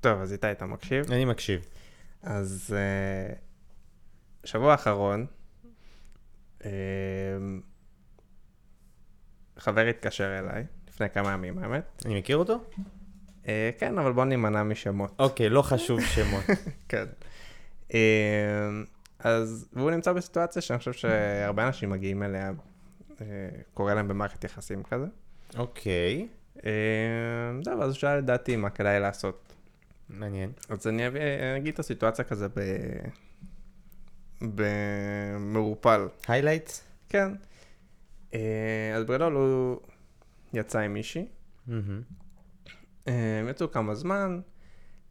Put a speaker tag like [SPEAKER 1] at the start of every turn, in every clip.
[SPEAKER 1] טוב, אז איתי, אתה מקשיב?
[SPEAKER 2] אני מקשיב.
[SPEAKER 1] אז אה, שבוע האחרון, אה, חבר התקשר אליי, לפני כמה ימים האמת.
[SPEAKER 2] אני מכיר אותו?
[SPEAKER 1] אה, כן, אבל בוא נימנע משמות.
[SPEAKER 2] אוקיי, לא חשוב שמות.
[SPEAKER 1] כן. אה, אז, והוא נמצא בסיטואציה שאני חושב שהרבה אנשים מגיעים אליה, אה, קורה להם במערכת יחסים כזה.
[SPEAKER 2] אוקיי,
[SPEAKER 1] אה, זהו, אז הוא שאל לדעתי מה כדאי לעשות.
[SPEAKER 2] מעניין.
[SPEAKER 1] אז אני אביא- אני אגיד את הסיטואציה כזה ב... במעורפל.
[SPEAKER 2] היילייט?
[SPEAKER 1] כן. אה, אז בגדול הוא יצא עם מישהי, אה, הם יצאו כמה זמן,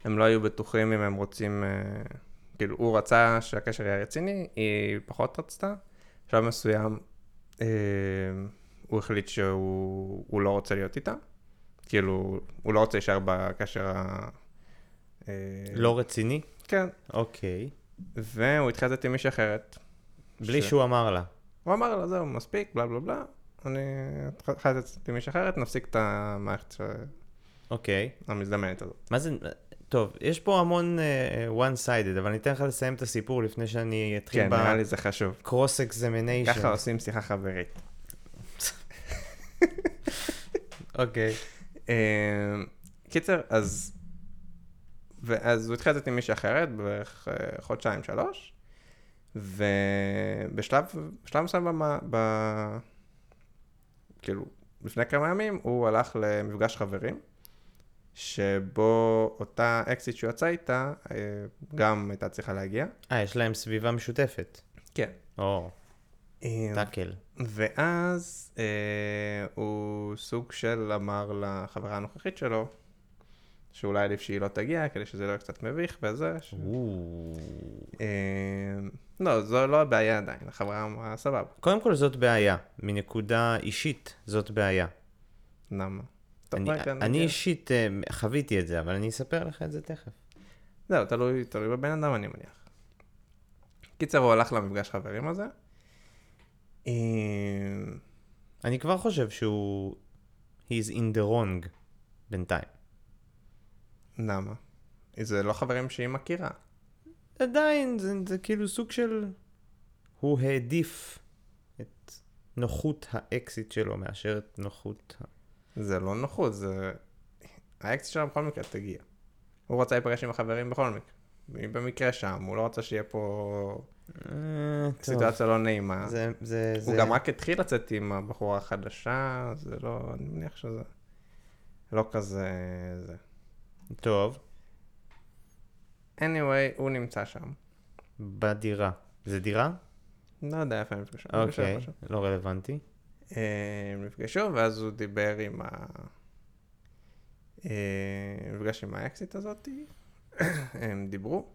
[SPEAKER 1] הם לא היו בטוחים אם הם רוצים, אה, כאילו הוא רצה שהקשר יהיה רציני, היא פחות רצתה, בשלב מסוים אה, הוא החליט שהוא הוא לא רוצה להיות איתה, כאילו הוא לא רוצה להישאר בקשר ה... אה,
[SPEAKER 2] לא רציני?
[SPEAKER 1] כן,
[SPEAKER 2] אוקיי.
[SPEAKER 1] והוא התחיל לצאת עם מישהי אחרת.
[SPEAKER 2] בלי
[SPEAKER 1] ש-
[SPEAKER 2] שהוא אמר לה.
[SPEAKER 1] הוא אמר לה, זהו, מספיק, בלה בלה בלה, אני התחלתי לצאת עם מישהי אחרת, נפסיק את המערכת ש-
[SPEAKER 2] אוקיי.
[SPEAKER 1] המזדמנת הזאת.
[SPEAKER 2] מה זה... טוב, יש פה המון אה, one-sided, אבל אני אתן לך לסיים את הסיפור לפני שאני אתחיל
[SPEAKER 1] כן, נראה לי זה חשוב.
[SPEAKER 2] ב-cross examination.
[SPEAKER 1] ככה עושים שיחה חברית.
[SPEAKER 2] אוקיי.
[SPEAKER 1] אה, קיצר, אז... ואז הוא התחיל לצאת עם מישהי אחרת בערך אה, חודשיים, שלוש, ובשלב בשלב מסוים במה... ב... כאילו, לפני כמה ימים הוא הלך למפגש חברים, שבו אותה אקסיט שהוא יצא איתה, אה, גם הייתה צריכה להגיע.
[SPEAKER 2] אה, יש להם סביבה משותפת.
[SPEAKER 1] כן.
[SPEAKER 2] או,
[SPEAKER 1] אמ,
[SPEAKER 2] טאקל.
[SPEAKER 1] ואז אה, הוא סוג של אמר לחברה הנוכחית שלו, שאולי עדיף שהיא לא תגיע, כדי שזה לא יהיה קצת מביך וזה. ש...
[SPEAKER 2] או.
[SPEAKER 1] אה, לא, זו לא הבעיה עדיין, החברה אמרה סבבה.
[SPEAKER 2] קודם כל זאת בעיה. מנקודה אישית, זאת בעיה.
[SPEAKER 1] למה? טוב,
[SPEAKER 2] אני,
[SPEAKER 1] רק
[SPEAKER 2] אני
[SPEAKER 1] נגיע.
[SPEAKER 2] אישית אה, חוויתי את זה, אבל אני אספר לך את זה תכף.
[SPEAKER 1] זהו, תלוי, תלוי בבן אדם אני מניח. קיצר, הוא הלך למפגש חברים הזה. אה,
[SPEAKER 2] אני כבר חושב שהוא... He's in the wrong בינתיים.
[SPEAKER 1] למה? זה לא חברים שהיא מכירה.
[SPEAKER 2] עדיין, זה, זה כאילו סוג של... הוא העדיף את נוחות האקזיט שלו מאשר את נוחות... ה-
[SPEAKER 1] זה לא נוחות, זה... האקס שלה בכל מקרה תגיע. הוא רצה להיפגש עם החברים בכל מקרה. היא במקרה שם, הוא לא רצה שיהיה פה
[SPEAKER 2] אה, טוב.
[SPEAKER 1] סיטואציה לא נעימה.
[SPEAKER 2] זה, זה,
[SPEAKER 1] הוא
[SPEAKER 2] זה...
[SPEAKER 1] גם רק התחיל לצאת עם הבחורה החדשה, זה לא, אני מניח שזה לא כזה... זה.
[SPEAKER 2] טוב,
[SPEAKER 1] anyway, הוא נמצא שם.
[SPEAKER 2] בדירה. זה דירה?
[SPEAKER 1] לא יודע איפה הם נפגשו. הם נפגשו
[SPEAKER 2] אוקיי,
[SPEAKER 1] איפשהו.
[SPEAKER 2] לא רלוונטי.
[SPEAKER 1] אה, הם נפגשו, ואז הוא דיבר עם ה... אה, נפגש עם האקסיט הזאתי, הם דיברו,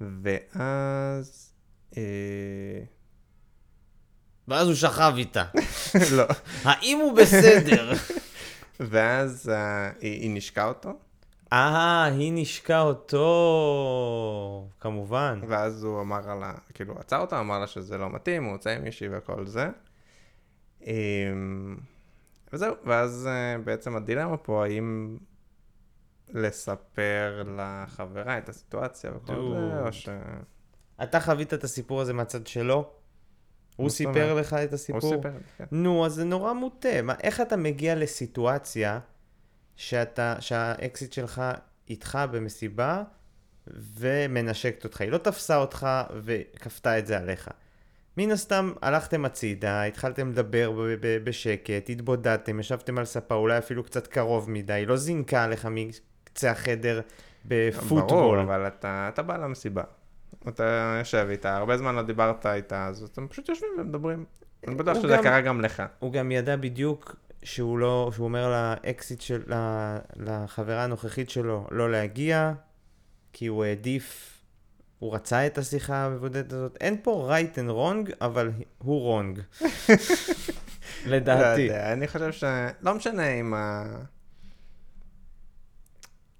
[SPEAKER 1] ואז... אה,
[SPEAKER 2] ואז הוא שכב איתה.
[SPEAKER 1] לא.
[SPEAKER 2] האם הוא בסדר?
[SPEAKER 1] ואז אה, היא היא נשקה אותו,
[SPEAKER 2] אה, היא נשקה אותו, כמובן.
[SPEAKER 1] ואז הוא אמר לה, כאילו, עצר אותה, אמר לה שזה לא מתאים, הוא יוצא עם מישהי וכל זה. אה, וזהו, ואז אה, בעצם הדילמה פה, האם לספר לחברה את הסיטואציה וכל זה, או
[SPEAKER 2] דוד.
[SPEAKER 1] ש...
[SPEAKER 2] אתה חווית את הסיפור הזה מהצד שלו? הוא
[SPEAKER 1] מה זאת
[SPEAKER 2] סיפר
[SPEAKER 1] אומרת?
[SPEAKER 2] לך את הסיפור?
[SPEAKER 1] הוא סיפר, כן.
[SPEAKER 2] נו, אז זה נורא מוטה. מה, איך אתה מגיע לסיטואציה שאתה, שהאקזיט שלך איתך במסיבה ומנשקת אותך? היא לא תפסה אותך וכפתה את זה עליך. מן הסתם הלכתם הצידה, התחלתם לדבר ב- ב- בשקט, התבודדתם, ישבתם על ספה, אולי אפילו קצת קרוב מדי, היא לא זינקה עליך מקצה החדר בפוטבול.
[SPEAKER 1] ברור, אבל אתה, אתה בא למסיבה. אתה יושב איתה, הרבה זמן לא דיברת איתה, אז אתם פשוט יושבים ומדברים. אני בטוח
[SPEAKER 2] הוא
[SPEAKER 1] שזה
[SPEAKER 2] גם-
[SPEAKER 1] קרה גם לך.
[SPEAKER 2] הוא גם ידע בדיוק שהוא לא, שהוא אומר לאקזיט של, ל- לחברה הנוכחית שלו לא להגיע, כי הוא העדיף, הוא רצה את השיחה המבודדת הזאת. אין פה right and wrong, אבל הוא wrong.
[SPEAKER 1] לא
[SPEAKER 2] לדעתי.
[SPEAKER 1] יודע, אני חושב ש... לא משנה אם ה...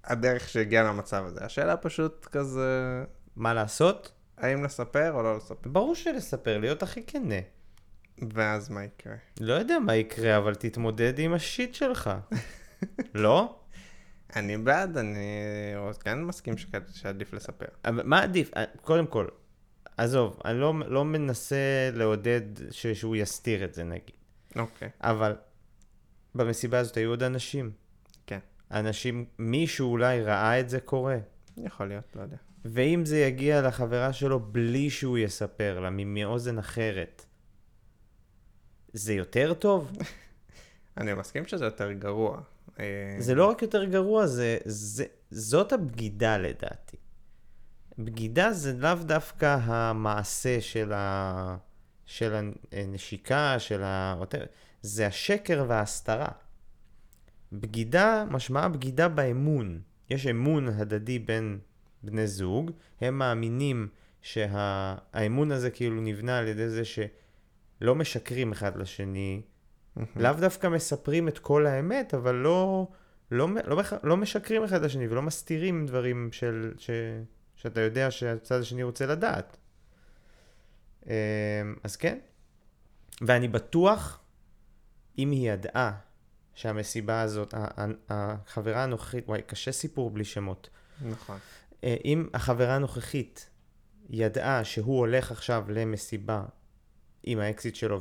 [SPEAKER 1] הדרך שהגיעה למצב הזה. השאלה פשוט כזה,
[SPEAKER 2] מה לעשות?
[SPEAKER 1] האם לספר או לא לספר.
[SPEAKER 2] ברור שלספר, להיות הכי כנה.
[SPEAKER 1] ואז מה יקרה?
[SPEAKER 2] לא יודע מה יקרה, אבל תתמודד עם השיט שלך. לא?
[SPEAKER 1] אני בעד, אני עוד כן מסכים שכ- שעדיף לספר.
[SPEAKER 2] אבל מה עדיף? אה, קודם כל, עזוב, אני לא, לא מנסה לעודד ש, שהוא יסתיר את זה נגיד,
[SPEAKER 1] אוקיי,
[SPEAKER 2] אבל במסיבה הזאת היו עוד אנשים.
[SPEAKER 1] כן.
[SPEAKER 2] אנשים, מישהו אולי ראה את זה קורה.
[SPEAKER 1] יכול להיות, לא יודע.
[SPEAKER 2] ואם זה יגיע לחברה שלו בלי שהוא יספר לה, מ- מאוזן אחרת, זה יותר טוב?
[SPEAKER 1] אני מסכים שזה יותר גרוע. אה,
[SPEAKER 2] זה לא רק יותר גרוע, זה, זה, זאת הבגידה לדעתי. בגידה זה לאו דווקא המעשה של, ה, של הנשיקה, של ה... whatever. זה השקר וההסתרה. בגידה, משמעה בגידה באמון. יש אמון הדדי בין בני זוג, הם מאמינים שהאמון הזה כאילו נבנה על ידי זה שלא משקרים אחד לשני, לאו דווקא מספרים את כל האמת, אבל לא, לא, מ- לא, בכ- לא משקרים אחד לשני ולא מסתירים דברים של, ש, שאתה יודע שהצד השני רוצה לדעת. אמ, אז כן. ואני בטוח, אם היא ידעה שהמסיבה הזאת, ה- ה- החברה הנוכחית, וואי, קשה סיפור בלי שמות.
[SPEAKER 1] נכון.
[SPEAKER 2] אה, אם החברה הנוכחית ידעה שהוא הולך עכשיו למסיבה עם האקזיט שלו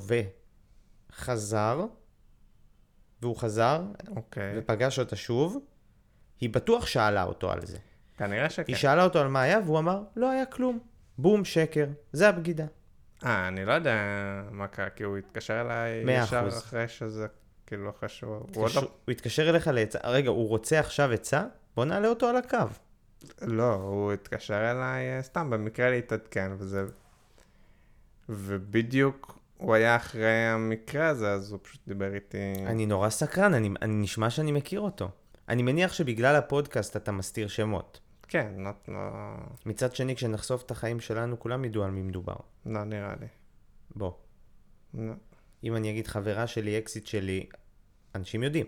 [SPEAKER 2] וחזר, והוא חזר
[SPEAKER 1] אוקיי.
[SPEAKER 2] ופגש אותה שוב, היא בטוח שאלה אותו על זה.
[SPEAKER 1] כנראה שכן.
[SPEAKER 2] היא שאלה אותו על מה היה והוא אמר, לא היה כלום. בום, שקר. זה הבגידה.
[SPEAKER 1] אה, אני לא יודע מה קרה, כי הוא התקשר אליי
[SPEAKER 2] מאה
[SPEAKER 1] ישר
[SPEAKER 2] אחוז.
[SPEAKER 1] אחרי שזה, כאילו, אחרי שהוא... הוא עוד
[SPEAKER 2] התקשר- הוא התקשר אליך לעצה, רגע, הוא רוצה עכשיו עצה? בוא נעלה אותו על הקו.
[SPEAKER 1] לא- לא, הוא התקשר אליי אה, סתם, במקרה להתעדכן, וזה... ובדיוק הוא היה אחרי המקרה הזה, אז הוא פשוט דיבר איתי...
[SPEAKER 2] אני נורא סקרן, אני, אני נשמע שאני מכיר אותו. אני מניח שבגלל הפודקאסט אתה מסתיר שמות.
[SPEAKER 1] כן, לא, לא,
[SPEAKER 2] מצד שני, כשנחשוף את החיים שלנו, כולם ידעו על מי מדובר.
[SPEAKER 1] לא נראה לי.
[SPEAKER 2] בוא,
[SPEAKER 1] לא.
[SPEAKER 2] אם אני אגיד חברה שלי, אקזיט שלי, אנשים יודעים.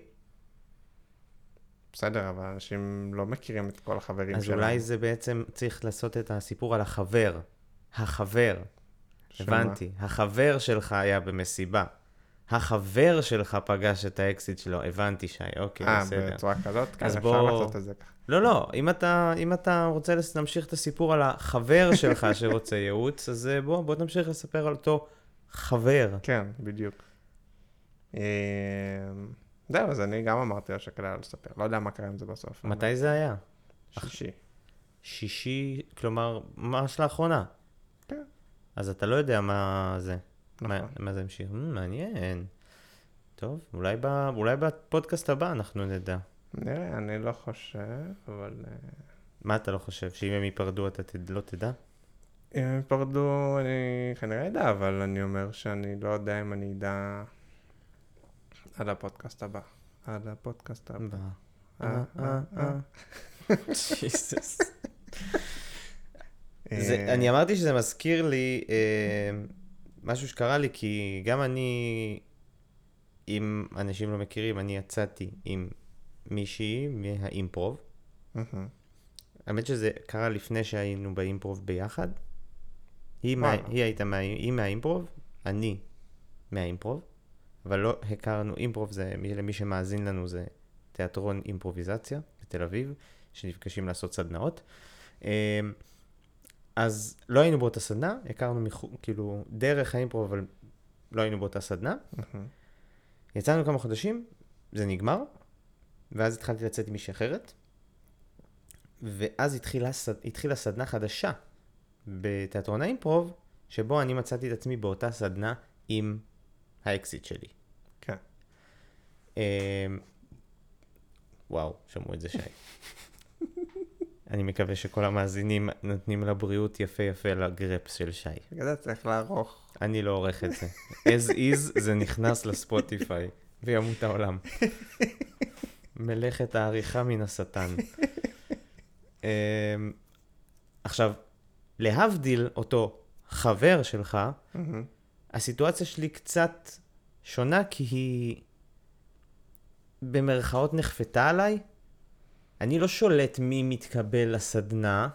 [SPEAKER 1] בסדר, אבל אנשים לא מכירים את כל החברים
[SPEAKER 2] אז
[SPEAKER 1] שלנו.
[SPEAKER 2] אולי זה בעצם צריך לעשות את הסיפור על החבר. החבר,
[SPEAKER 1] שמה?
[SPEAKER 2] הבנתי. החבר שלך היה במסיבה. החבר שלך פגש את האקזיט שלו, הבנתי שי, אוקיי,
[SPEAKER 1] אה,
[SPEAKER 2] בסדר.
[SPEAKER 1] בצורה כזאת? כן,
[SPEAKER 2] אז
[SPEAKER 1] אפשר
[SPEAKER 2] בוא-
[SPEAKER 1] לעשות את זה ככה.
[SPEAKER 2] לא, לא, אם אתה, אם אתה רוצה לס- להמשיך את הסיפור על החבר שלך שרוצה ייעוץ, אז אה, בוא, בוא תמשיך לספר על אותו חבר.
[SPEAKER 1] כן, בדיוק. אמ, זהו, אז אני גם אמרתי לו שכדאי לא לספר. לא יודע מה קרה עם זה בסוף. אבל
[SPEAKER 2] מתי זה היה?
[SPEAKER 1] שישי.
[SPEAKER 2] שישי, כלומר, ממש לאחרונה.
[SPEAKER 1] כן.
[SPEAKER 2] אז אתה לא יודע מה זה. מה,
[SPEAKER 1] נכון.
[SPEAKER 2] מה זה המשיך? Mm, מעניין. טוב, אולי, ב, אולי בפודקאסט הבא אנחנו נדע.
[SPEAKER 1] נראה, אני לא חושב, אבל... אה,
[SPEAKER 2] מה אתה לא חושב? שאם הם ייפרדו אתה תד... לא תדע?
[SPEAKER 1] אם הם יפרדו, אני כנראה אדע, אבל אני אומר שאני לא יודע אם אני אדע עד הפודקאסט הבא. עד הפודקאסט הבא.
[SPEAKER 2] ב-
[SPEAKER 1] אה, אה, אה.
[SPEAKER 2] ג'יסוס.
[SPEAKER 1] אה,
[SPEAKER 2] זה- אני אמרתי שזה מזכיר לי אה, משהו שקרה לי, כי גם אני, אם אנשים לא מכירים, אני יצאתי עם מישהי מהאימפרוב.
[SPEAKER 1] מהמם.
[SPEAKER 2] האמת שזה קרה לפני שהיינו באימפרוב ביחד. היא, מה,
[SPEAKER 1] וואלה.
[SPEAKER 2] היא הייתה מה, היא מהאימפרוב, אני מהאימפרוב, אבל לא הכרנו, אימפרוב זה, מי- למי שמאזין לנו זה תיאטרון אימפרוביזציה בתל אביב, שנפגשים לעשות סדנאות. אמ, אז לא היינו באותה סדנה, הכרנו מחו, כאילו דרך האימפרוב, אבל לא היינו באותה סדנה.
[SPEAKER 1] מהמם.
[SPEAKER 2] יצאנו כמה חודשים, זה נגמר, ואז התחלתי לצאת עם מישהי אחרת, ואז התחילה, סד... התחילה סדנה חדשה בתיאטרון האימפרוב, שבו אני מצאתי את עצמי באותה סדנה עם האקזיט שלי.
[SPEAKER 1] כן.
[SPEAKER 2] אמ, וואו, שמעו את זה שי. אני מקווה שכל המאזינים נותנים לבריאות יפה יפה לגרפס של שי.
[SPEAKER 1] בגלל זה צריך לערוך.
[SPEAKER 2] אני לא עורך את זה. as is זה נכנס לספוטיפיי, וימות העולם. מלאכת העריכה מן השטן. אמ, עכשיו, להבדיל אותו חבר שלך,
[SPEAKER 1] מהמם.
[SPEAKER 2] הסיטואציה שלי קצת שונה, כי היא במרכאות נכפתה עליי. אני לא שולט מי מתקבל לסדנה.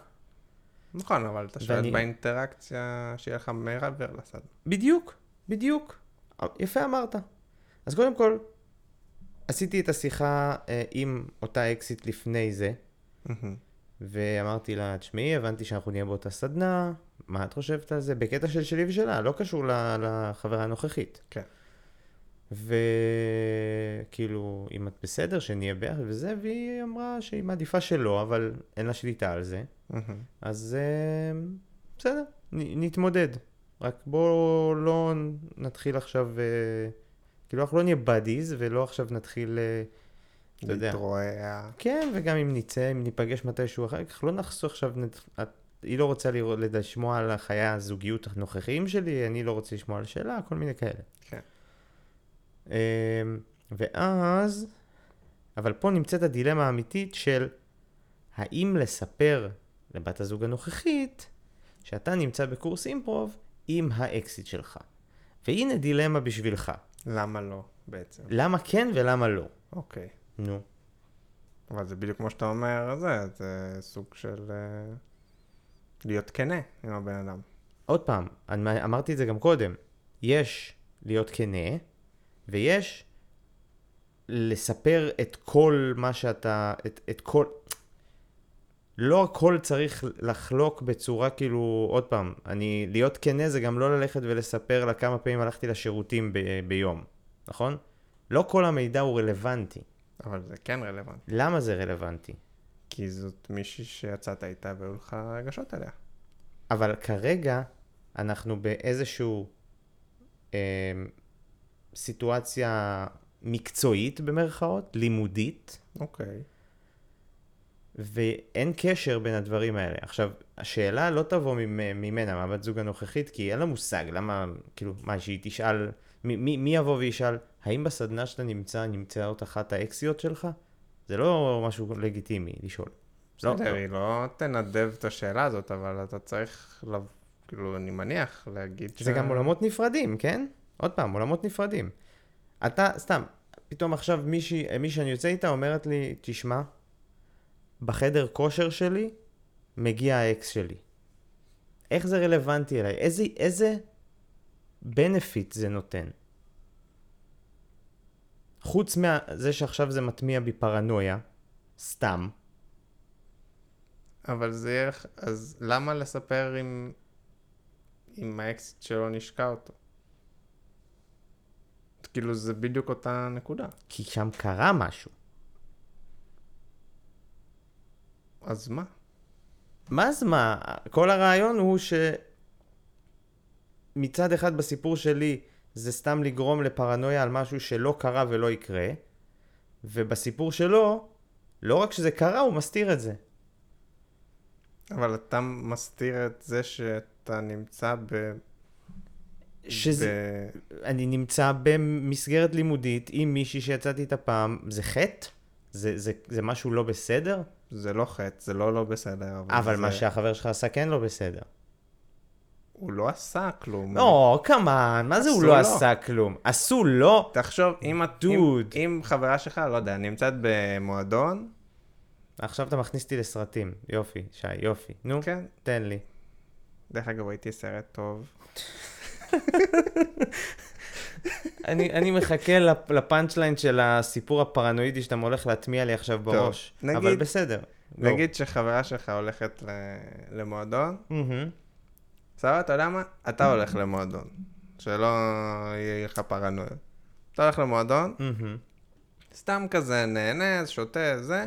[SPEAKER 1] נכון, אבל אתה שואל
[SPEAKER 2] ואני-
[SPEAKER 1] באינטראקציה שיהיה לך מעבר לסדנה.
[SPEAKER 2] בדיוק, בדיוק. יפה אמרת. אז קודם כל, עשיתי את השיחה אה, עם אותה אקזיט לפני זה,
[SPEAKER 1] מהמם.
[SPEAKER 2] ואמרתי לה, תשמעי, הבנתי שאנחנו נהיה באותה סדנה, מה את חושבת על זה? בקטע של שלי ושלה, לא קשור ל- לחברה הנוכחית.
[SPEAKER 1] כן.
[SPEAKER 2] וכאילו, אם את בסדר, שנהיה ביחד וזה, והיא אמרה שהיא מעדיפה שלא, אבל אין לה שליטה על זה.
[SPEAKER 1] מהמם.
[SPEAKER 2] אז אה, בסדר, נ- נתמודד. רק בואו לא נתחיל עכשיו, אה, כאילו אנחנו לא נהיה buddies ולא עכשיו נתחיל, אה, אתה יודע.
[SPEAKER 1] להתרועע.
[SPEAKER 2] כן, וגם אם נצא, אם ניפגש מתישהו אחר כך, לא נחסוך עכשיו, נת- את- היא לא רוצה לראות- לשמוע על החיי הזוגיות הנוכחיים שלי, אני לא רוצה לשמוע על שאלה, כל מיני כאלה.
[SPEAKER 1] כן.
[SPEAKER 2] אה, ואז, אבל פה נמצאת הדילמה האמיתית של האם לספר לבת הזוג הנוכחית שאתה נמצא בקורס אימפרוב עם האקסיט שלך. והנה דילמה בשבילך,
[SPEAKER 1] למה לא בעצם?
[SPEAKER 2] למה כן ולמה לא.
[SPEAKER 1] אוקיי.
[SPEAKER 2] נו.
[SPEAKER 1] אבל זה בדיוק כמו שאתה אומר, זה, זה סוג של אה, להיות כנה עם הבן אדם.
[SPEAKER 2] עוד פעם, אני- אמרתי את זה גם קודם, יש להיות כנה, ויש לספר את כל מה שאתה, את, את כל... לא הכל צריך לחלוק בצורה כאילו, עוד פעם, אני, להיות כנה זה גם לא ללכת ולספר לה כמה פעמים הלכתי לשירותים ב, ביום, נכון? לא כל המידע הוא רלוונטי.
[SPEAKER 1] אבל זה כן רלוונטי.
[SPEAKER 2] למה זה רלוונטי?
[SPEAKER 1] כי זאת מישהי שיצאת איתה והיו לך רגשות עליה.
[SPEAKER 2] אבל כרגע אנחנו באיזשהו אה, סיטואציה מקצועית במרכאות, לימודית,
[SPEAKER 1] אוקיי.
[SPEAKER 2] ואין קשר בין הדברים האלה. עכשיו, השאלה לא תבוא ממ- ממנה, מהבת זוג הנוכחית, כי אין לה מושג למה, כאילו, מה, שהיא תשאל, מי, מי, מי יבוא וישאל, האם בסדנה שאתה נמצא, נמצאות אחת האקסיות שלך? זה לא משהו לגיטימי לשאול. לא,
[SPEAKER 1] בסדר, היא לא תנדב את השאלה הזאת, אבל אתה צריך, לב- כאילו, אני מניח, להגיד
[SPEAKER 2] זה גם עולמות נפרדים, כן? עוד פעם, עולמות נפרדים. אתה, סתם, פתאום עכשיו מישהי, מי שאני יוצא איתה אומרת לי, תשמע, בחדר כושר שלי מגיע האקס שלי. איך זה רלוונטי אליי? איזה, איזה benefit זה נותן? חוץ מזה שעכשיו זה מטמיע בי פרנויה, סתם,
[SPEAKER 1] אבל זה יהיה, לך- אז למה לספר אם, אם האקסיט שלו נשקע אותו? כאילו, זה בדיוק אותה נקודה.
[SPEAKER 2] כי שם קרה משהו.
[SPEAKER 1] אז מה?
[SPEAKER 2] מה אז מה? כל הרעיון הוא שמצד אחד בסיפור שלי זה סתם לגרום לפרנויה על משהו שלא קרה ולא יקרה, ובסיפור שלו, לא רק שזה קרה, הוא מסתיר את זה.
[SPEAKER 1] אבל אתה מסתיר את זה שאתה נמצא ב...
[SPEAKER 2] שזה...
[SPEAKER 1] ב...
[SPEAKER 2] אני נמצא במסגרת לימודית עם מישהי שיצאתי איתה פעם, זה חטא? זה, זה, זה משהו לא בסדר?
[SPEAKER 1] זה לא חטא, זה לא לא בסדר.
[SPEAKER 2] אבל
[SPEAKER 1] זה...
[SPEAKER 2] מה שהחבר שלך עשה כן לא בסדר.
[SPEAKER 1] הוא לא עשה כלום.
[SPEAKER 2] או, כמובן, מה זה הוא
[SPEAKER 1] עשו
[SPEAKER 2] לא
[SPEAKER 1] לו.
[SPEAKER 2] עשה כלום? עשו לא? לו?
[SPEAKER 1] תחשוב, אם את...
[SPEAKER 2] דוד.
[SPEAKER 1] אם, אם חברה שלך, לא יודע, נמצאת במועדון,
[SPEAKER 2] עכשיו אתה מכניס אותי לסרטים. יופי, שי, יופי. נו.
[SPEAKER 1] כן,
[SPEAKER 2] תן לי.
[SPEAKER 1] דרך אגב, ראיתי סרט טוב.
[SPEAKER 2] אני, אני מחכה לפ- לפאנצ' ליין של הסיפור הפרנואידי שאתה הולך להטמיע לי עכשיו בראש.
[SPEAKER 1] נגיד-
[SPEAKER 2] אבל בסדר. גו.
[SPEAKER 1] נגיד שחברה שלך הולכת ל... למועדון,
[SPEAKER 2] מהמם.
[SPEAKER 1] סבבה, אתה יודע מה? אתה הולך למועדון. שלא יהיה לך פרנויה. אתה הולך למועדון,
[SPEAKER 2] מהמם.
[SPEAKER 1] סתם כזה נהנה, שותה, זה,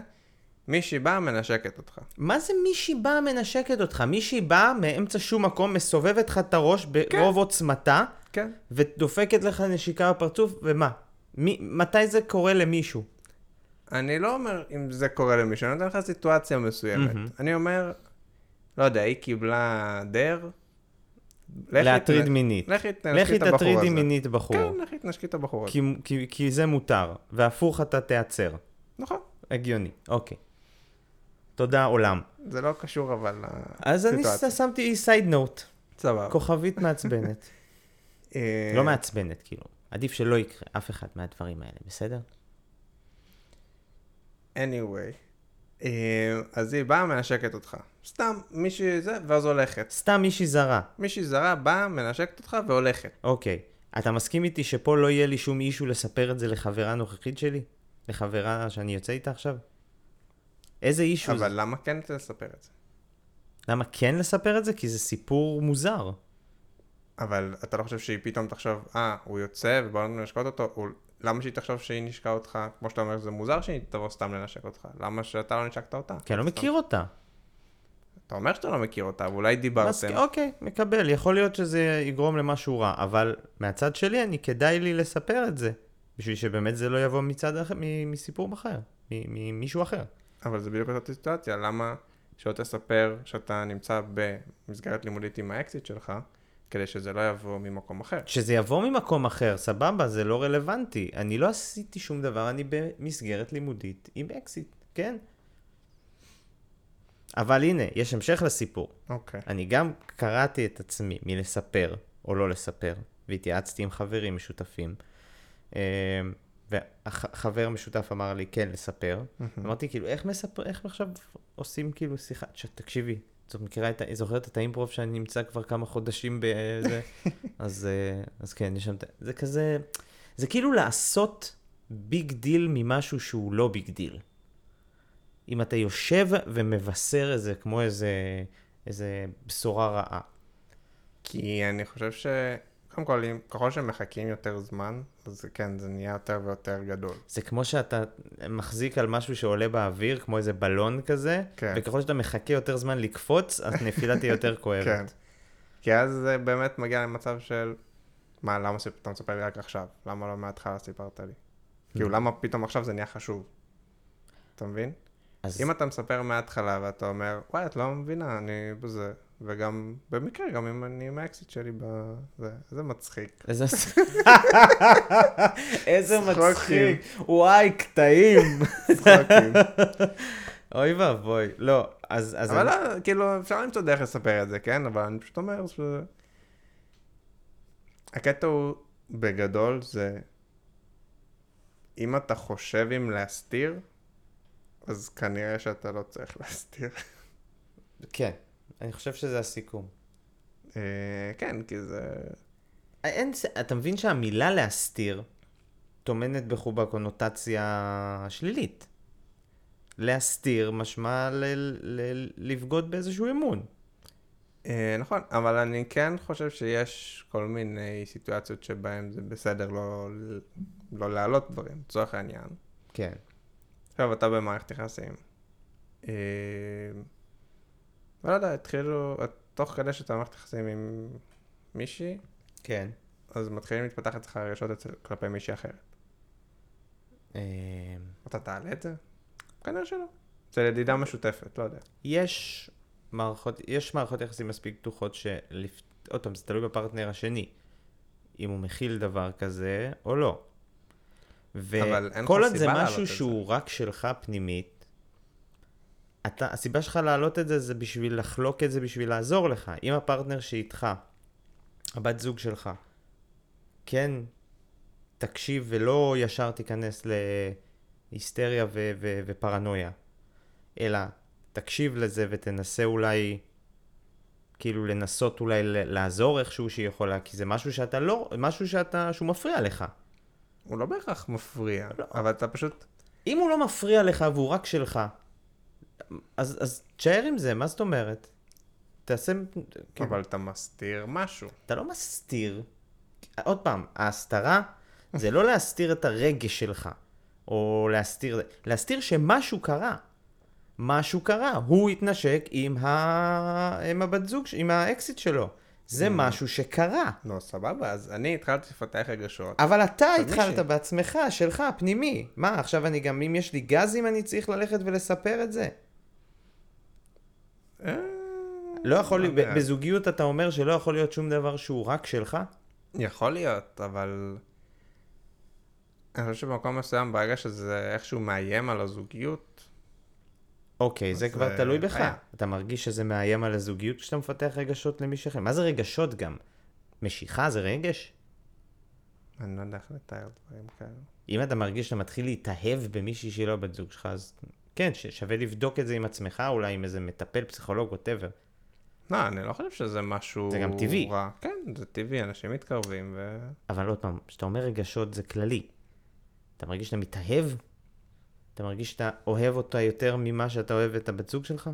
[SPEAKER 1] מישהי באה, מנשקת אותך.
[SPEAKER 2] מה זה מישהי באה מנשקת אותך? מישהי באה מאמצע שום מקום, מסובבת לך את הראש ברוב עוצמתה,
[SPEAKER 1] כן.
[SPEAKER 2] ודופקת לך נשיקה בפרצוף, ומה? מי, מתי זה קורה למישהו?
[SPEAKER 1] אני לא אומר אם זה קורה למישהו, אני נותן לך סיטואציה מסוימת.
[SPEAKER 2] מהמם.
[SPEAKER 1] אני אומר, לא יודע, היא קיבלה דר, לכי
[SPEAKER 2] להטריד
[SPEAKER 1] ת-
[SPEAKER 2] מינית.
[SPEAKER 1] לכי תנשקי
[SPEAKER 2] לכי
[SPEAKER 1] את הבחור
[SPEAKER 2] תטרידי
[SPEAKER 1] הזה.
[SPEAKER 2] מינית בחור.
[SPEAKER 1] כן, לכי תנשקי את הבחור הזה.
[SPEAKER 2] כי, כי, כי זה מותר, והפוך אתה תיעצר.
[SPEAKER 1] נכון,
[SPEAKER 2] הגיוני. אוקיי. תודה עולם.
[SPEAKER 1] זה לא קשור אבל
[SPEAKER 2] אז אני
[SPEAKER 1] לסיטואציה.
[SPEAKER 2] ס- שמתי סייד נוט,
[SPEAKER 1] סבבה.
[SPEAKER 2] כוכבית מעצבנת.
[SPEAKER 1] אה,
[SPEAKER 2] אוקיי. לא מעצבנת, כאילו. עדיף שלא יקרה אף אחד מהדברים האלה, בסדר?
[SPEAKER 1] anyway. אה, אז היא באה, מנשקת אותך. סתם, מישהי זה, ואז הולכת.
[SPEAKER 2] סתם מישהי זרה.
[SPEAKER 1] מישהי זרה באה, מנשקת אותך והולכת.
[SPEAKER 2] אוקיי. אתה מסכים איתי שפה לא יהיה לי שום אישו לספר את זה לחברה הנוכחית שלי? לחברה שאני יוצא איתה עכשיו? איזה אישו זה?
[SPEAKER 1] אבל למה כן לספר את זה?
[SPEAKER 2] למה כן לספר את זה? כי זה סיפור מוזר.
[SPEAKER 1] אבל אתה לא חושב שהיא פתאום תחשוב, אה, הוא יוצא ובא לנו לשקוט אותו, הוא... למה שהיא תחשוב שהיא נשקה אותך, כמו שאתה אומר, זה מוזר שהיא תבוא סתם לנשק אותך, למה שאתה לא נשקת אותה?
[SPEAKER 2] כי אני לא מכיר אותה.
[SPEAKER 1] אתה אומר שאתה לא מכיר אותה, ואולי
[SPEAKER 2] מס...
[SPEAKER 1] דיברתם.
[SPEAKER 2] אוקיי, מקבל. יכול להיות שזה יגרום למשהו רע, אבל מהצד שלי, אני כדאי לי לספר את זה, בשביל שבאמת זה לא יבוא מצד אחר, מ... מסיפור אחר, מ- ממישהו אחר.
[SPEAKER 1] אבל זה בדיוק אותה סיטואציה, למה שלא תספר שאתה נמצא במסגרת לימודית עם האקזיט שלך, כדי שזה לא יבוא ממקום אחר.
[SPEAKER 2] שזה יבוא ממקום אחר, סבבה, זה לא רלוונטי. אני לא עשיתי שום דבר, אני במסגרת לימודית עם אקזיט, כן? אבל הנה, יש המשך לסיפור.
[SPEAKER 1] אוקיי.
[SPEAKER 2] אני גם קראתי את עצמי מלספר או לא לספר, והתייעצתי עם חברים משותפים. אה, והחבר משותף אמר לי כן לספר. אמרתי כאילו, איך מספר, איך עכשיו עושים כאילו שיחה? ש- תקשיבי, את מכירה את ה... זוכרת את האימפרוב שאני נמצא כבר כמה חודשים בזה? אז, אה, אז כן, יש שם... את ה- זה כזה... זה כאילו לעשות ביג דיל ממשהו שהוא לא ביג דיל. אם אתה יושב ומבשר איזה, כמו איזה, איזה בשורה רעה.
[SPEAKER 1] כי אני חושב ש... קודם כל, אם- ככל שמחכים יותר זמן, אז כן, זה נהיה יותר ויותר גדול.
[SPEAKER 2] זה כמו שאתה מחזיק על משהו שעולה באוויר, כמו איזה בלון כזה,
[SPEAKER 1] כן.
[SPEAKER 2] וככל שאתה מחכה יותר זמן לקפוץ, הנפילה תהיה יותר כואבת.
[SPEAKER 1] כן. כי אז זה באמת מגיע למצב של, מה, למה סיפ- אתה מספר לי רק עכשיו? למה לא מההתחלה סיפרת לי? כאילו, למה פתאום עכשיו זה נהיה חשוב? אתה מבין?
[SPEAKER 2] אז
[SPEAKER 1] אם אתה מספר מההתחלה ואתה אומר, וואי, את לא מבינה, אני בזה, וגם, במקרה, גם אם אני עם האקסיט שלי בזה, זה מצחיק.
[SPEAKER 2] איזה... איזה
[SPEAKER 1] צחוקים.
[SPEAKER 2] מצחיק. וואי, קטעים.
[SPEAKER 1] צחוקים.
[SPEAKER 2] אוי ואבוי. לא, אז... אז
[SPEAKER 1] אבל
[SPEAKER 2] אני-
[SPEAKER 1] לא, כאילו, אפשר למצוא דרך לספר את זה, כן? אבל אני פשוט אומר ש... הקטע הוא, בגדול, זה... אם אתה חושב אם להסתיר, אז כנראה שאתה לא צריך להסתיר. לא.
[SPEAKER 2] כן, אני חושב שזה הסיכום.
[SPEAKER 1] אה, כן, כי זה...
[SPEAKER 2] אין, ס- אתה מבין שהמילה להסתיר טומנת בחובה קונוטציה שלילית. להסתיר משמע ל- ל- לבגוד באיזשהו אמון.
[SPEAKER 1] אה, נכון, אבל אני כן חושב שיש כל מיני סיטואציות שבהן זה בסדר לא, לא להעלות דברים, לצורך העניין.
[SPEAKER 2] כן.
[SPEAKER 1] עכשיו אתה במערכת יחסים. אה, לא יודע, התחילו, תוך כדי שאתה במערכת יחסים עם מישהי,
[SPEAKER 2] כן.
[SPEAKER 1] אז מתחילים להתפתח אצלך רגשות אצל- כלפי מישהי אחרת.
[SPEAKER 2] אה,
[SPEAKER 1] אתה תעלה את זה? כנראה שלא. זה ידידה משותפת, לא יודע.
[SPEAKER 2] יש מערכות, יש מערכות יחסים מספיק פתוחות של... עוד פעם, זה תלוי בפרטנר השני. אם הוא מכיל דבר כזה או לא.
[SPEAKER 1] אבל אין לך
[SPEAKER 2] וכל עוד זה
[SPEAKER 1] סיבה להעלות
[SPEAKER 2] משהו
[SPEAKER 1] את זה.
[SPEAKER 2] שהוא רק שלך פנימית, אתה, הסיבה שלך להעלות את זה זה בשביל לחלוק את זה, בשביל לעזור לך. אם הפרטנר שאיתך, הבת זוג שלך, כן תקשיב ולא ישר תיכנס להיסטריה ו- ו- ופרנויה, אלא תקשיב לזה ותנסה אולי, כאילו לנסות אולי ל- לעזור איכשהו שהיא יכולה, כי זה משהו שאתה לא, משהו שאתה, שהוא מפריע לך.
[SPEAKER 1] הוא לא בהכרח מפריע, אבל אתה פשוט...
[SPEAKER 2] אם הוא לא מפריע לך והוא רק שלך, אז, אז תשאר עם זה, מה זאת אומרת? תעשה, כאילו,
[SPEAKER 1] אבל אתה מסתיר משהו.
[SPEAKER 2] אתה לא מסתיר. עוד פעם, ההסתרה זה לא להסתיר את הרגש שלך, או להסתיר, להסתיר שמשהו קרה. משהו קרה, הוא התנשק עם, ה... עם הבת זוג, ש- עם האקסיט שלו.
[SPEAKER 1] Mm.
[SPEAKER 2] זה משהו שקרה.
[SPEAKER 1] נו, סבבה, אז אני התחלתי לפתח רגשות.
[SPEAKER 2] אבל אתה
[SPEAKER 1] אבל מי ש-
[SPEAKER 2] התחלת בעצמך, שלך, הפנימי. מה, עכשיו אני גם, אם יש לי גזים, אני צריך ללכת ולספר את זה?
[SPEAKER 1] אה,
[SPEAKER 2] לא יכול להיות,
[SPEAKER 1] יודע.
[SPEAKER 2] בזוגיות אתה אומר שלא יכול להיות שום דבר שהוא רק שלך?
[SPEAKER 1] יכול להיות, אבל... אני חושב שבמקום מסוים, ברגע שזה איכשהו מאיים על הזוגיות,
[SPEAKER 2] אוקיי, זה
[SPEAKER 1] אז,
[SPEAKER 2] כבר
[SPEAKER 1] אה,
[SPEAKER 2] תלוי בך.
[SPEAKER 1] בעיה.
[SPEAKER 2] אתה מרגיש שזה מאיים על הזוגיות כשאתה מפתח רגשות למישהו אחר. מה זה רגשות גם? משיכה זה רגש?
[SPEAKER 1] אני לא יודע איך לתאר דברים כאלה.
[SPEAKER 2] אם אתה מרגיש שאתה מתחיל להתאהב במישהי שהיא לא בת זוג שלך, אז כן, ש- שווה לבדוק את זה עם עצמך, אולי עם איזה מטפל, פסיכולוג, ווטאבר.
[SPEAKER 1] לא, אני לא חושב שזה משהו...
[SPEAKER 2] זה גם טבעי.
[SPEAKER 1] רע. כן, זה טבעי, אנשים מתקרבים, ו...
[SPEAKER 2] אבל עוד פעם, כשאתה אומר רגשות זה כללי. אתה מרגיש שאתה מתאהב, אתה מרגיש שאתה אוהב אותה יותר ממה שאתה אוהב את הבת זוג שלך?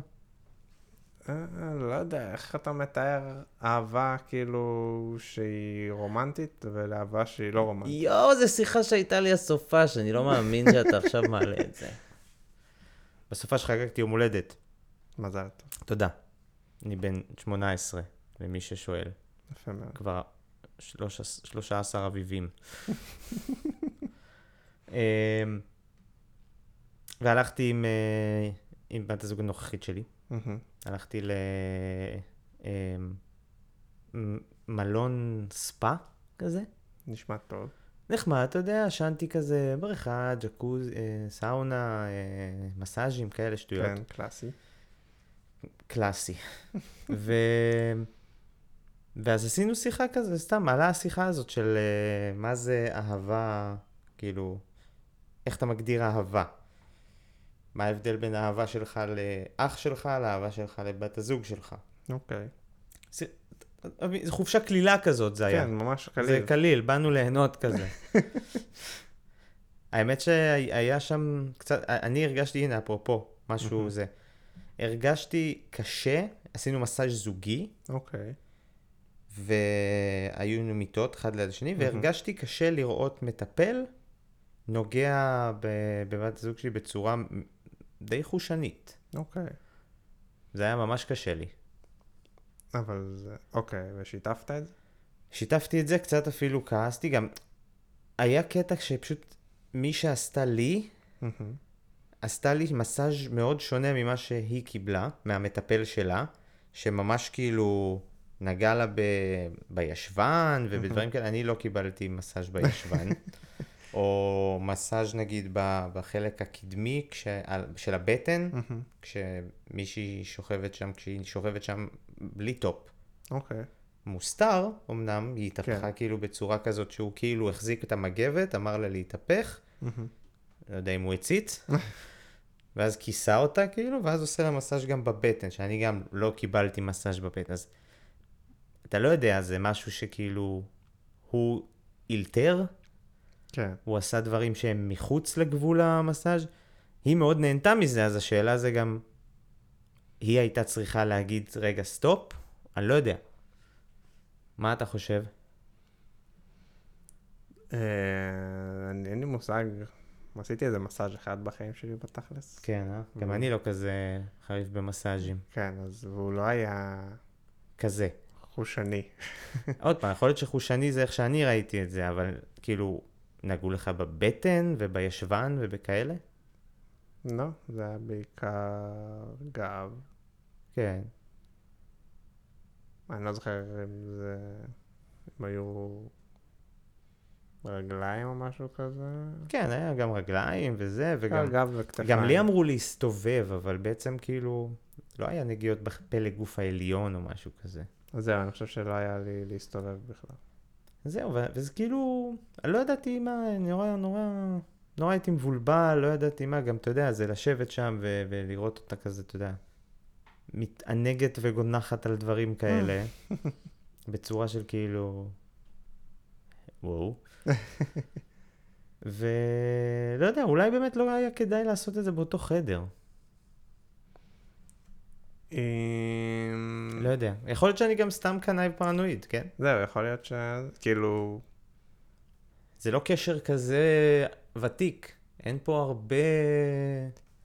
[SPEAKER 1] אה, לא יודע, איך אתה מתאר אהבה כאילו שהיא רומנטית ולאהבה שהיא לא רומנטית?
[SPEAKER 3] יואו, זו שיחה שהייתה לי הסופה, שאני לא מאמין שאתה עכשיו מעלה את זה.
[SPEAKER 2] בסופה שחגגתי יום הולדת.
[SPEAKER 1] מזל טוב,
[SPEAKER 2] תודה. אני בן 18, למי ששואל.
[SPEAKER 1] יפה מאוד.
[SPEAKER 2] כבר שלוש- 13 אביבים. אמ, והלכתי עם, אה, עם בת הזוג הנוכחית שלי.
[SPEAKER 1] מהמם.
[SPEAKER 2] הלכתי ל... אמ, מ- מלון ספא כזה.
[SPEAKER 1] נשמע טוב.
[SPEAKER 2] נחמד, אתה יודע, שנתי כזה בריכה, ג'קוז, אה, סאונה, אה, מסאז'ים, כאלה שטויות.
[SPEAKER 1] כן, קלאסי.
[SPEAKER 2] קלאסי. ו... ואז עשינו שיחה כזה, סתם עלה השיחה הזאת של אה, מה זה אהבה, כאילו, איך אתה מגדיר אהבה? מה ההבדל בין האהבה שלך לאח שלך, לאהבה שלך לבת הזוג שלך?
[SPEAKER 1] אוקיי.
[SPEAKER 2] זו אה, חופשה קלילה כזאת זה היה.
[SPEAKER 1] כן, ממש
[SPEAKER 2] זה
[SPEAKER 1] קליל.
[SPEAKER 2] קליל, באנו ליהנות כזה. האמת שהיה שם קצת, אני הרגשתי, הנה אפרופו, משהו זה. הרגשתי קשה, עשינו מסאז' זוגי,
[SPEAKER 1] אוקיי.
[SPEAKER 2] והיו לנו מיטות אחד ליד השני, והרגשתי קשה לראות מטפל נוגע ב- בבת הזוג שלי בצורה די חושנית.
[SPEAKER 1] אוקיי.
[SPEAKER 2] זה היה ממש קשה לי.
[SPEAKER 1] אבל זה... אוקיי, ושיתפת את זה?
[SPEAKER 2] שיתפתי את זה, קצת אפילו כעסתי, גם היה קטע שפשוט מי שעשתה לי,
[SPEAKER 1] מהמם.
[SPEAKER 2] עשתה לי מסאז' מאוד שונה ממה שהיא קיבלה, מהמטפל שלה, שממש כאילו נגע לה ב... בישבן ובדברים כאלה, אני לא קיבלתי מסאז' בישבן, או מסאז' נגיד ב... בחלק הקדמי כש... על- של הבטן,
[SPEAKER 1] מהמם.
[SPEAKER 2] כשמישהי שוכבת שם, כשהיא שוכבת שם בלי טופ.
[SPEAKER 1] אוקיי.
[SPEAKER 2] מוסתר, אמנם היא התהפכה
[SPEAKER 1] כן.
[SPEAKER 2] כן. כאילו בצורה כזאת שהוא כאילו החזיק את המגבת, אמר לה להתהפך,
[SPEAKER 1] מהמם.
[SPEAKER 2] לא יודע אם הוא הציץ, ואז כיסה אותה כאילו, ואז עושה לה מסאז' גם בבטן, שאני גם לא קיבלתי מסאז' בבטן, אז אתה לא יודע, זה משהו שכאילו הוא אילתר,
[SPEAKER 1] כן.
[SPEAKER 2] הוא עשה דברים שהם מחוץ לגבול המסאז', היא מאוד נהנתה מזה, אז השאלה זה גם, היא הייתה צריכה להגיד, רגע, סטופ? אני לא יודע. מה אתה חושב?
[SPEAKER 1] אה, אני- אין לי מושג. עשיתי איזה מסאז' אחד בחיים שלי בתכלס.
[SPEAKER 2] כן, אה? גם אני לא כזה חריף במסאז'ים.
[SPEAKER 1] כן, אז הוא לא היה
[SPEAKER 2] כזה.
[SPEAKER 1] חושני.
[SPEAKER 2] עוד פעם, יכול להיות שחושני זה איך שאני ראיתי את זה, אבל כאילו, נגעו לך בבטן ובישבן ובכאלה?
[SPEAKER 1] לא, זה היה בעיקר גב.
[SPEAKER 2] כן.
[SPEAKER 1] אני לא זוכר אם זה... אם היו רגליים או משהו כזה.
[SPEAKER 2] כן, היה גם רגליים וזה, וגם...
[SPEAKER 1] גם גב וכתפיים.
[SPEAKER 2] גם לי אמרו להסתובב, אבל בעצם כאילו, לא היה נגיעות בפלג גוף העליון או משהו כזה.
[SPEAKER 1] אז זהו, אני חושב שלא היה לי להסתובב בכלל.
[SPEAKER 2] זהו, ו- וזה כאילו, אני לא ידעתי מה, נורא, נורא, נורא הייתי מבולבל, לא ידעתי מה, גם אתה יודע, זה לשבת שם ו- ולראות אותה כזה, אתה יודע, מתענגת וגונחת על דברים כאלה, בצורה של כאילו, וואו. ולא יודע, אולי באמת לא היה כדאי לעשות את זה באותו חדר.
[SPEAKER 1] אמ,
[SPEAKER 2] לא יודע. יכול להיות שאני גם סתם קנאי פרנואיד, כן?
[SPEAKER 1] זהו, יכול להיות ש... כאילו...
[SPEAKER 2] זה לא קשר כזה ותיק. אין פה הרבה...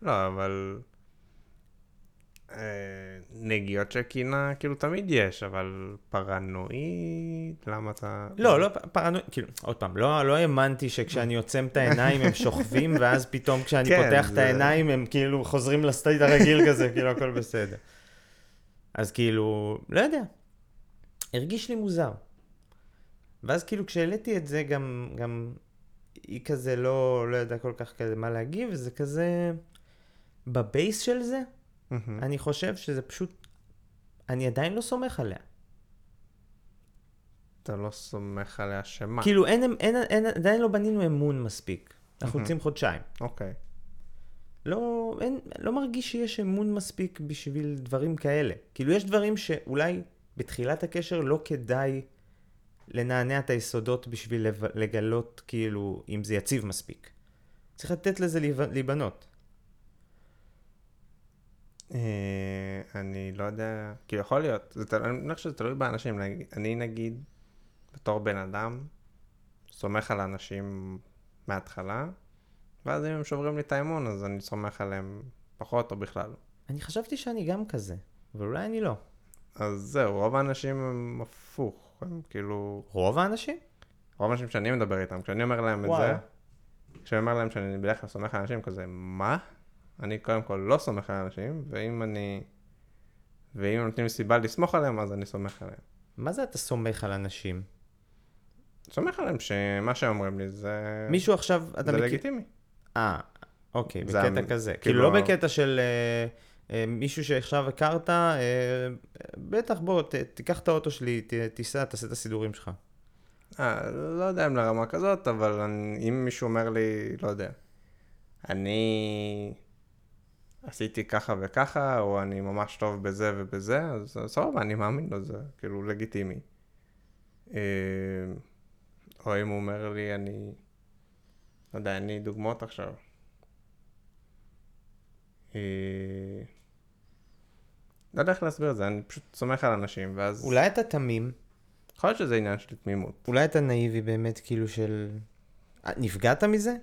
[SPEAKER 1] לא, אבל... אה, נגיעות של קינה, כאילו תמיד יש, אבל פרנואיד, למה אתה...
[SPEAKER 2] לא, לא
[SPEAKER 1] אוקיי.
[SPEAKER 2] פ- פרנואיד, כאילו, עוד פעם, לא לא האמנתי שכשאני עוצם את העיניים הם שוכבים, ואז פתאום כשאני
[SPEAKER 1] כן,
[SPEAKER 2] פותח את
[SPEAKER 1] זה-
[SPEAKER 2] העיניים הם כאילו חוזרים לסטייט הרגיל כזה, כאילו הכל בסדר. אז כאילו, לא יודע. הרגיש לי מוזר. ואז כאילו כשהעליתי את זה גם, גם היא כזה לא, לא ידעה כל כך כזה מה להגיב, וזה כזה... בבייס של זה,
[SPEAKER 1] מהמם.
[SPEAKER 2] אני חושב שזה פשוט, אני עדיין לא סומך עליה.
[SPEAKER 1] אתה לא סומך עליה שמה.
[SPEAKER 2] כאילו, אין, אין, אין, עדיין לא בנינו אמון מספיק. אנחנו רוצים חודשיים.
[SPEAKER 1] אוקיי.
[SPEAKER 2] לא, אין, לא מרגיש שיש אמון מספיק בשביל דברים כאלה. כאילו, יש דברים שאולי בתחילת הקשר לא כדאי לנענע את היסודות בשביל לב- לגלות, כאילו, אם זה יציב מספיק. צריך לתת לזה להיב- להיבנות.
[SPEAKER 1] אה, אני לא יודע, כאילו יכול להיות, זה תל- אני מניח שזה תלוי באנשים, נגיד- אני נגיד, בתור בן אדם, סומך על האנשים מההתחלה, ואז אם הם שוברים לי את האמון אז אני סומך עליהם פחות או בכלל.
[SPEAKER 2] אני חשבתי שאני גם כזה, אבל אולי אני לא.
[SPEAKER 1] אז זהו, רוב האנשים הם הפוך, הם כאילו,
[SPEAKER 2] רוב האנשים?
[SPEAKER 1] רוב האנשים שאני מדבר איתם, כשאני אומר להם את
[SPEAKER 2] וואלה.
[SPEAKER 1] זה, כשאני אומר להם שאני בדרך כלל סומך על אנשים, כזה, מה? אני קודם כל לא סומך על אנשים, ואם אני... ואם הם נותנים לי סיבה לסמוך עליהם, אז אני סומך עליהם.
[SPEAKER 2] מה זה אתה סומך על אנשים?
[SPEAKER 1] סומך עליהם שמה שאומרים לי זה...
[SPEAKER 2] מישהו עכשיו, אתה
[SPEAKER 1] כן. זה
[SPEAKER 2] מכיר-
[SPEAKER 1] לגיטימי.
[SPEAKER 2] אה, אוקיי,
[SPEAKER 1] זה
[SPEAKER 2] בקטע
[SPEAKER 1] המ-
[SPEAKER 2] כזה.
[SPEAKER 1] כאילו
[SPEAKER 2] כאילו לא
[SPEAKER 1] ה-
[SPEAKER 2] בקטע של אה, אה, מישהו שעכשיו הכרת, אה, בטח בוא, ת- תיקח את האוטו שלי, ת- תיסע, תעשה את הסידורים שלך.
[SPEAKER 1] אה, לא יודע אם לרמה כזאת, אבל אני, אם מישהו אומר לי, לא יודע, אני עשיתי ככה וככה, או אני ממש טוב בזה ובזה, אז סבבה, אני מאמין לו, זה כאילו לגיטימי. אה, או אם הוא אומר לי, אני, לא יודע, אני דוגמאות עכשיו. אה, לא יודע איך להסביר את זה, אני פשוט סומך על אנשים, ואז...
[SPEAKER 2] אולי אתה תמים,
[SPEAKER 1] יכול להיות שזה עניין של תמימות.
[SPEAKER 2] אולי אתה נאיבי באמת, כאילו של... אה, נפגעת מזה?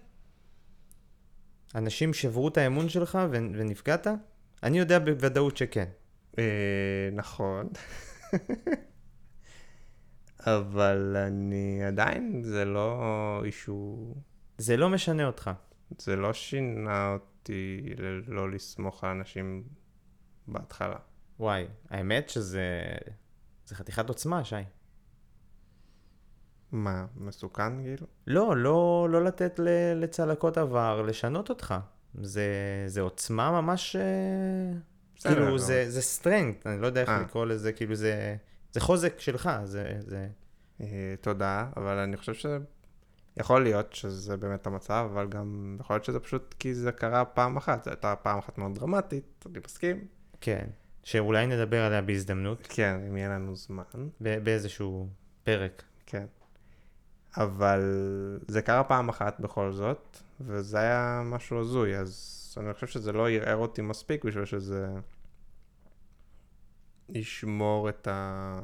[SPEAKER 2] אנשים שברו את האמון שלך ו- ונפגעת? אני יודע בוודאות שכן.
[SPEAKER 1] אה, נכון. אבל אני עדיין, זה לא אישו,
[SPEAKER 2] זה לא משנה אותך.
[SPEAKER 1] זה לא שינה אותי ללא לסמוך על אנשים בהתחלה.
[SPEAKER 2] וואי, האמת שזה... זה חתיכת עוצמה, שי.
[SPEAKER 1] מה, מסוכן כאילו?
[SPEAKER 2] לא, לא, לא לתת ל, לצלקות עבר לשנות אותך. זה, זה עוצמה ממש... אה,
[SPEAKER 1] בסדר,
[SPEAKER 2] כאילו,
[SPEAKER 1] אבל-
[SPEAKER 2] זה, זה strength, אני לא יודע איך
[SPEAKER 1] אה.
[SPEAKER 2] לקרוא לזה, כאילו זה... זה חוזק שלך, זה... זה...
[SPEAKER 1] אה, תודה, אבל אני חושב שזה... יכול להיות שזה באמת המצב, אבל גם יכול להיות שזה פשוט כי זה קרה פעם אחת, זו הייתה פעם אחת מאוד דרמטית, אני מסכים.
[SPEAKER 2] כן. שאולי נדבר עליה בהזדמנות,
[SPEAKER 1] כן, אם יהיה לנו זמן.
[SPEAKER 2] ב- באיזשהו פרק.
[SPEAKER 1] כן. אבל זה קרה פעם אחת בכל זאת, וזה היה משהו הזוי, אז אני חושב שזה לא ערער אותי מספיק בשביל שזה ישמור את ה...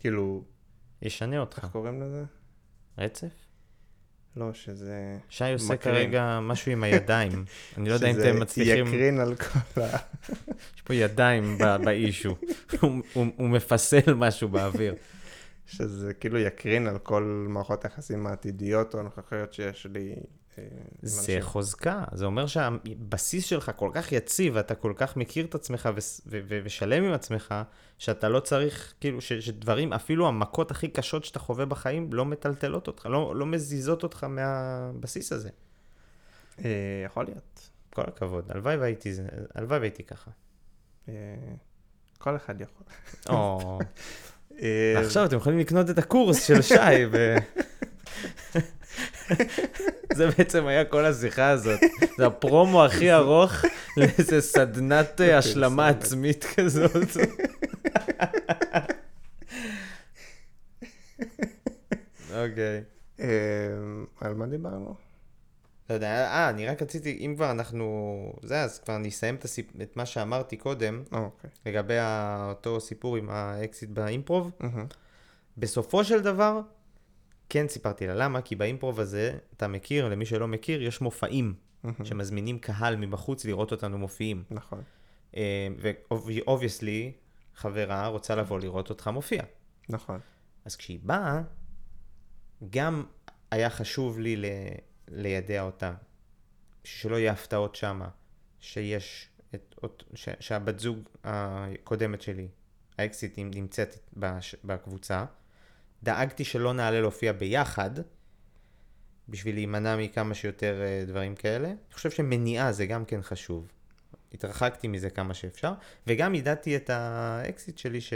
[SPEAKER 1] כאילו,
[SPEAKER 2] ישנה אותך.
[SPEAKER 1] איך קוראים לזה?
[SPEAKER 2] רצף?
[SPEAKER 1] לא, שזה...
[SPEAKER 2] שי עושה
[SPEAKER 1] מקרין.
[SPEAKER 2] כרגע משהו עם הידיים. אני לא יודע אם
[SPEAKER 1] שזה
[SPEAKER 2] אתם מצליחים...
[SPEAKER 1] יקרין על כל ה...
[SPEAKER 2] יש פה ידיים ב- באישו. הוא- הוא הוא מפסל משהו באוויר.
[SPEAKER 1] שזה כאילו יקרין על כל מערכות היחסים העתידיות או הנוכחיות שיש לי. אה, עם
[SPEAKER 2] זה
[SPEAKER 1] אנשים.
[SPEAKER 2] חוזקה, זה אומר שהבסיס שלך כל כך יציב, ואתה כל כך מכיר את עצמך וס- ו- ו- ושלם עם עצמך, שאתה לא צריך, כאילו, ש- שדברים, אפילו המכות הכי קשות שאתה חווה בחיים, לא מטלטלות אותך, לא, לא מזיזות אותך מהבסיס הזה.
[SPEAKER 1] אה, יכול להיות.
[SPEAKER 2] כל הכבוד, הלוואי והייתי, זה- הלוואי והייתי ככה.
[SPEAKER 1] אה, כל אחד יכול.
[SPEAKER 2] או,
[SPEAKER 1] אה,
[SPEAKER 2] עכשיו אתם יכולים לקנות את הקורס של שי, ו... זה בעצם היה כל השיחה הזאת. זה הפרומו הכי ארוך לאיזה סדנת אה, השלמה
[SPEAKER 1] סדנת.
[SPEAKER 2] עצמית כזאת. אוקיי.
[SPEAKER 1] אמ, על מה דיברנו?
[SPEAKER 2] לא יודע, אה, אני רק רציתי, אם כבר אנחנו... זה, אז כבר אני אסיים את הסיפ- את מה שאמרתי קודם,
[SPEAKER 1] אה, אוקיי.
[SPEAKER 2] לגבי ה- אותו סיפור עם האקזיט באימפרוב.
[SPEAKER 1] מהמם.
[SPEAKER 2] בסופו של דבר, כן סיפרתי לה למה, כי באימפרוב הזה, אתה מכיר, למי שלא מכיר, יש מופעים
[SPEAKER 1] מהמם.
[SPEAKER 2] שמזמינים קהל מבחוץ לראות אותנו מופיעים.
[SPEAKER 1] נכון.
[SPEAKER 2] ואובייסלי, חברה רוצה לבוא לראות אותך מופיע.
[SPEAKER 1] נכון.
[SPEAKER 2] אז כשהיא באה, גם היה חשוב לי ל... לידע אותה, בשביל שלא יהיה הפתעות שמה, שיש את... אות- ש... שהבת זוג הקודמת שלי, האקסיט, היא נמצאת בש... בקבוצה. דאגתי שלא נעלה להופיע ביחד, בשביל להימנע מכמה שיותר אה, דברים כאלה. אני חושב שמניעה זה גם כן חשוב. התרחקתי מזה כמה שאפשר, וגם ידעתי את האקסיט שלי ש...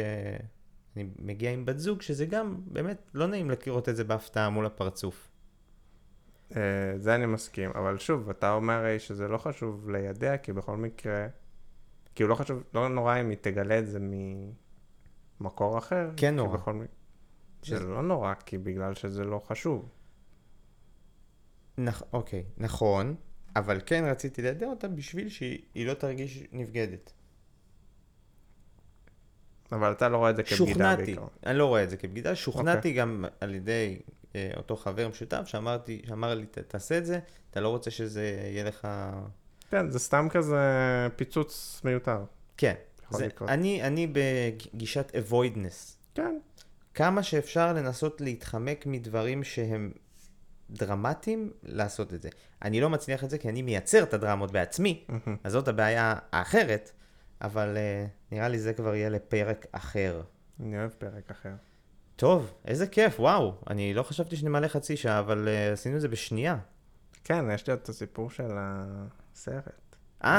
[SPEAKER 2] אני מגיע עם בת זוג, שזה גם באמת לא נעים לראות את זה בהפתעה מול הפרצוף.
[SPEAKER 1] אה, זה אני מסכים, אבל שוב, אתה אומר הרי שזה לא חשוב לידע, כי בכל מקרה, כאילו לא חשוב, לא נורא אם היא תגלה את זה ממקור אחר.
[SPEAKER 2] כן
[SPEAKER 1] כי
[SPEAKER 2] נורא.
[SPEAKER 1] בכל מק-
[SPEAKER 2] שזה-
[SPEAKER 1] זה לא נורא, כי בגלל שזה לא חשוב.
[SPEAKER 2] נכ... אוקיי, נכון, אבל כן רציתי לידע אותה בשביל שהיא היא לא תרגיש נבגדת.
[SPEAKER 1] אבל אתה לא רואה את זה כבגידה
[SPEAKER 2] שוכנעתי, אוקיי.
[SPEAKER 1] בעיקרון.
[SPEAKER 2] אני לא רואה את זה כבגידה, שוכנעתי גם על ידי אה, אותו חבר משותף שאמרתי, שאמר לי, "ת- תעשה את זה, אתה לא רוצה שזה יהיה לך...
[SPEAKER 1] כן, זה סתם כזה פיצוץ מיותר.
[SPEAKER 2] כן.
[SPEAKER 1] יכול
[SPEAKER 2] זה,
[SPEAKER 1] לקרות.
[SPEAKER 2] אני, אני בגישת avoidness.
[SPEAKER 1] כן,
[SPEAKER 2] כמה שאפשר לנסות להתחמק מדברים שהם דרמטיים, לעשות את זה. אני לא מצליח את זה כי אני מייצר את הדרמות בעצמי, אז זאת הבעיה האחרת, אבל uh, נראה לי זה כבר יהיה לפרק אחר.
[SPEAKER 1] אני אוהב פרק אחר.
[SPEAKER 2] טוב, איזה כיף, וואו, אני לא חשבתי שנמלא חצי שעה, אבל uh, עשינו את זה בשנייה.
[SPEAKER 1] כן, יש לי עוד את הסיפור של הסרט.
[SPEAKER 2] אה,
[SPEAKER 1] בסדר,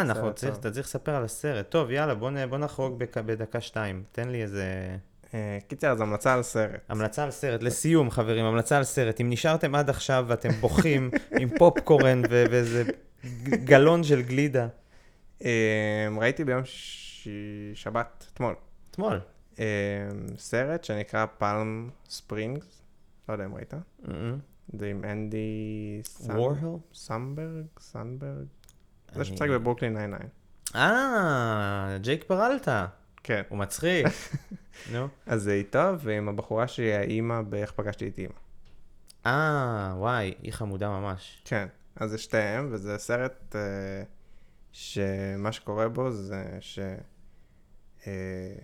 [SPEAKER 2] אנחנו צריך,
[SPEAKER 1] טוב.
[SPEAKER 2] אתה צריך לספר על הסרט. טוב, יאללה, בוא, נ- בוא נחרוג בק, בדקה שתיים. תן לי איזה...
[SPEAKER 1] אה, קיצר, אז המלצה על סרט.
[SPEAKER 2] המלצה על סרט, לסיום חברים, המלצה על סרט. אם נשארתם עד עכשיו ואתם בוכים עם פופקורן ו- ואיזה ג- גלון של גלידה,
[SPEAKER 1] אה, ראיתי ביום ש... שבת, אתמול,
[SPEAKER 2] אתמול.
[SPEAKER 1] אה, סרט שנקרא פלם ספרינגס, לא יודע אם ראית,
[SPEAKER 2] Mm-hmm.
[SPEAKER 1] זה עם אנדי סנ-
[SPEAKER 2] וורהל?
[SPEAKER 1] סנברג, סנברג, זה
[SPEAKER 2] אני-
[SPEAKER 1] שמשחק בברוקלין 99,
[SPEAKER 2] אה, ג'ייק פרלטה,
[SPEAKER 1] כן.
[SPEAKER 2] הוא מצחיק. נו.
[SPEAKER 1] אז זה איתו ועם הבחורה שהיא האימא באיך פגשתי את אימא.
[SPEAKER 2] אה, וואי, היא חמודה ממש.
[SPEAKER 1] כן, אז זה שתיהם, וזה סרט אה, שמה שקורה בו זה ש... אה,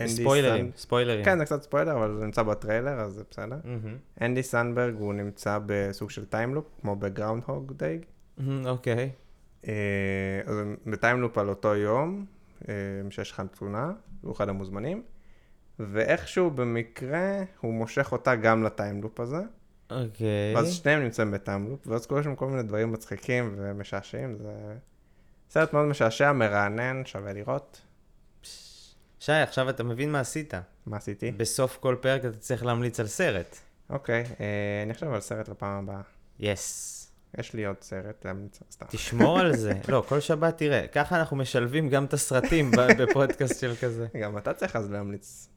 [SPEAKER 1] אנדי
[SPEAKER 2] ספוילרים,
[SPEAKER 1] סנד-
[SPEAKER 2] ספוילרים. Mm-hmm.
[SPEAKER 1] כן, זה קצת ספוילר, אבל זה נמצא בטריילר, אז זה בסדר.
[SPEAKER 2] מהמם.
[SPEAKER 1] אנדי סנדברג הוא נמצא בסוג של טיימלופ, כמו בגראונד הוג דייג.
[SPEAKER 2] מהמם, אוקיי.
[SPEAKER 1] אה, אז בטיימלופ על אותו יום, אה, שיש לך תלונה, הוא אחד המוזמנים, ואיכשהו במקרה הוא מושך אותה גם לטיימלופ הזה.
[SPEAKER 2] אוקיי.
[SPEAKER 1] ואז שניהם נמצאים בטאמלופ, ואז קורה שם כל מיני דברים מצחיקים ומשעשעים, זה סרט מאוד משעשע, מרענן, שווה לראות.
[SPEAKER 2] שי, עכשיו אתה מבין מה עשית.
[SPEAKER 1] מה עשיתי?
[SPEAKER 2] בסוף כל פרק אתה צריך להמליץ על סרט.
[SPEAKER 1] אוקיי, אה, אני חושב על סרט לפעם הבאה.
[SPEAKER 2] יס.
[SPEAKER 1] יש לי עוד סרט להמליץ, סתם.
[SPEAKER 2] תשמור על זה. לא, כל שבת תראה. ככה אנחנו משלבים גם את הסרטים ב- בפודקאסט של כזה.
[SPEAKER 1] גם אתה צריך אז להמליץ.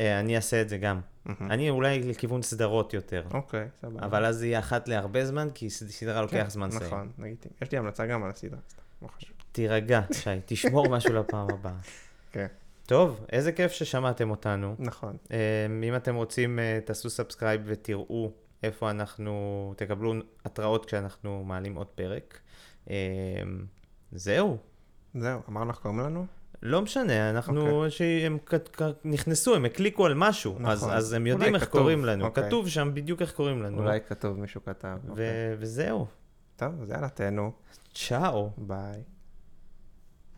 [SPEAKER 2] אה, אני אעשה את זה גם.
[SPEAKER 1] מהמם.
[SPEAKER 2] אני אולי לכיוון סדרות יותר.
[SPEAKER 1] אוקיי, סבבה.
[SPEAKER 2] אבל אז זה יהיה אחת להרבה זמן, כי ס- סדרה לוקח
[SPEAKER 1] כן,
[SPEAKER 2] זמן סיים.
[SPEAKER 1] נכון, נגיד. יש לי המלצה גם על הסדרה, סתם, לא חשוב.
[SPEAKER 2] תירגע, שי, תשמור משהו לפעם הבאה.
[SPEAKER 1] כן,
[SPEAKER 2] טוב, איזה כיף ששמעתם אותנו.
[SPEAKER 1] נכון.
[SPEAKER 2] אה, אם אתם רוצים, אה, תעשו סאבסקרייב ותראו איפה אנחנו... תקבלו התראות כשאנחנו מעלים עוד פרק. אה, זהו.
[SPEAKER 1] זהו, אמרנו איך קוראים לנו?
[SPEAKER 2] לא משנה, אנחנו, okay. שהם כ- כ- נכנסו, הם הקליקו על משהו, נכון.
[SPEAKER 1] נכון.
[SPEAKER 2] אז, אז הם
[SPEAKER 1] אולי
[SPEAKER 2] יודעים איך
[SPEAKER 1] כתוב,
[SPEAKER 2] קוראים לנו, okay.
[SPEAKER 1] אוקיי.
[SPEAKER 2] כתוב שם בדיוק איך קוראים לנו,
[SPEAKER 1] אולי כתוב מישהו כתב.
[SPEAKER 2] ו-
[SPEAKER 1] אוקיי.
[SPEAKER 2] וזהו,
[SPEAKER 1] טוב, אז יאללה, תהנו.
[SPEAKER 2] צ'או.
[SPEAKER 1] ביי.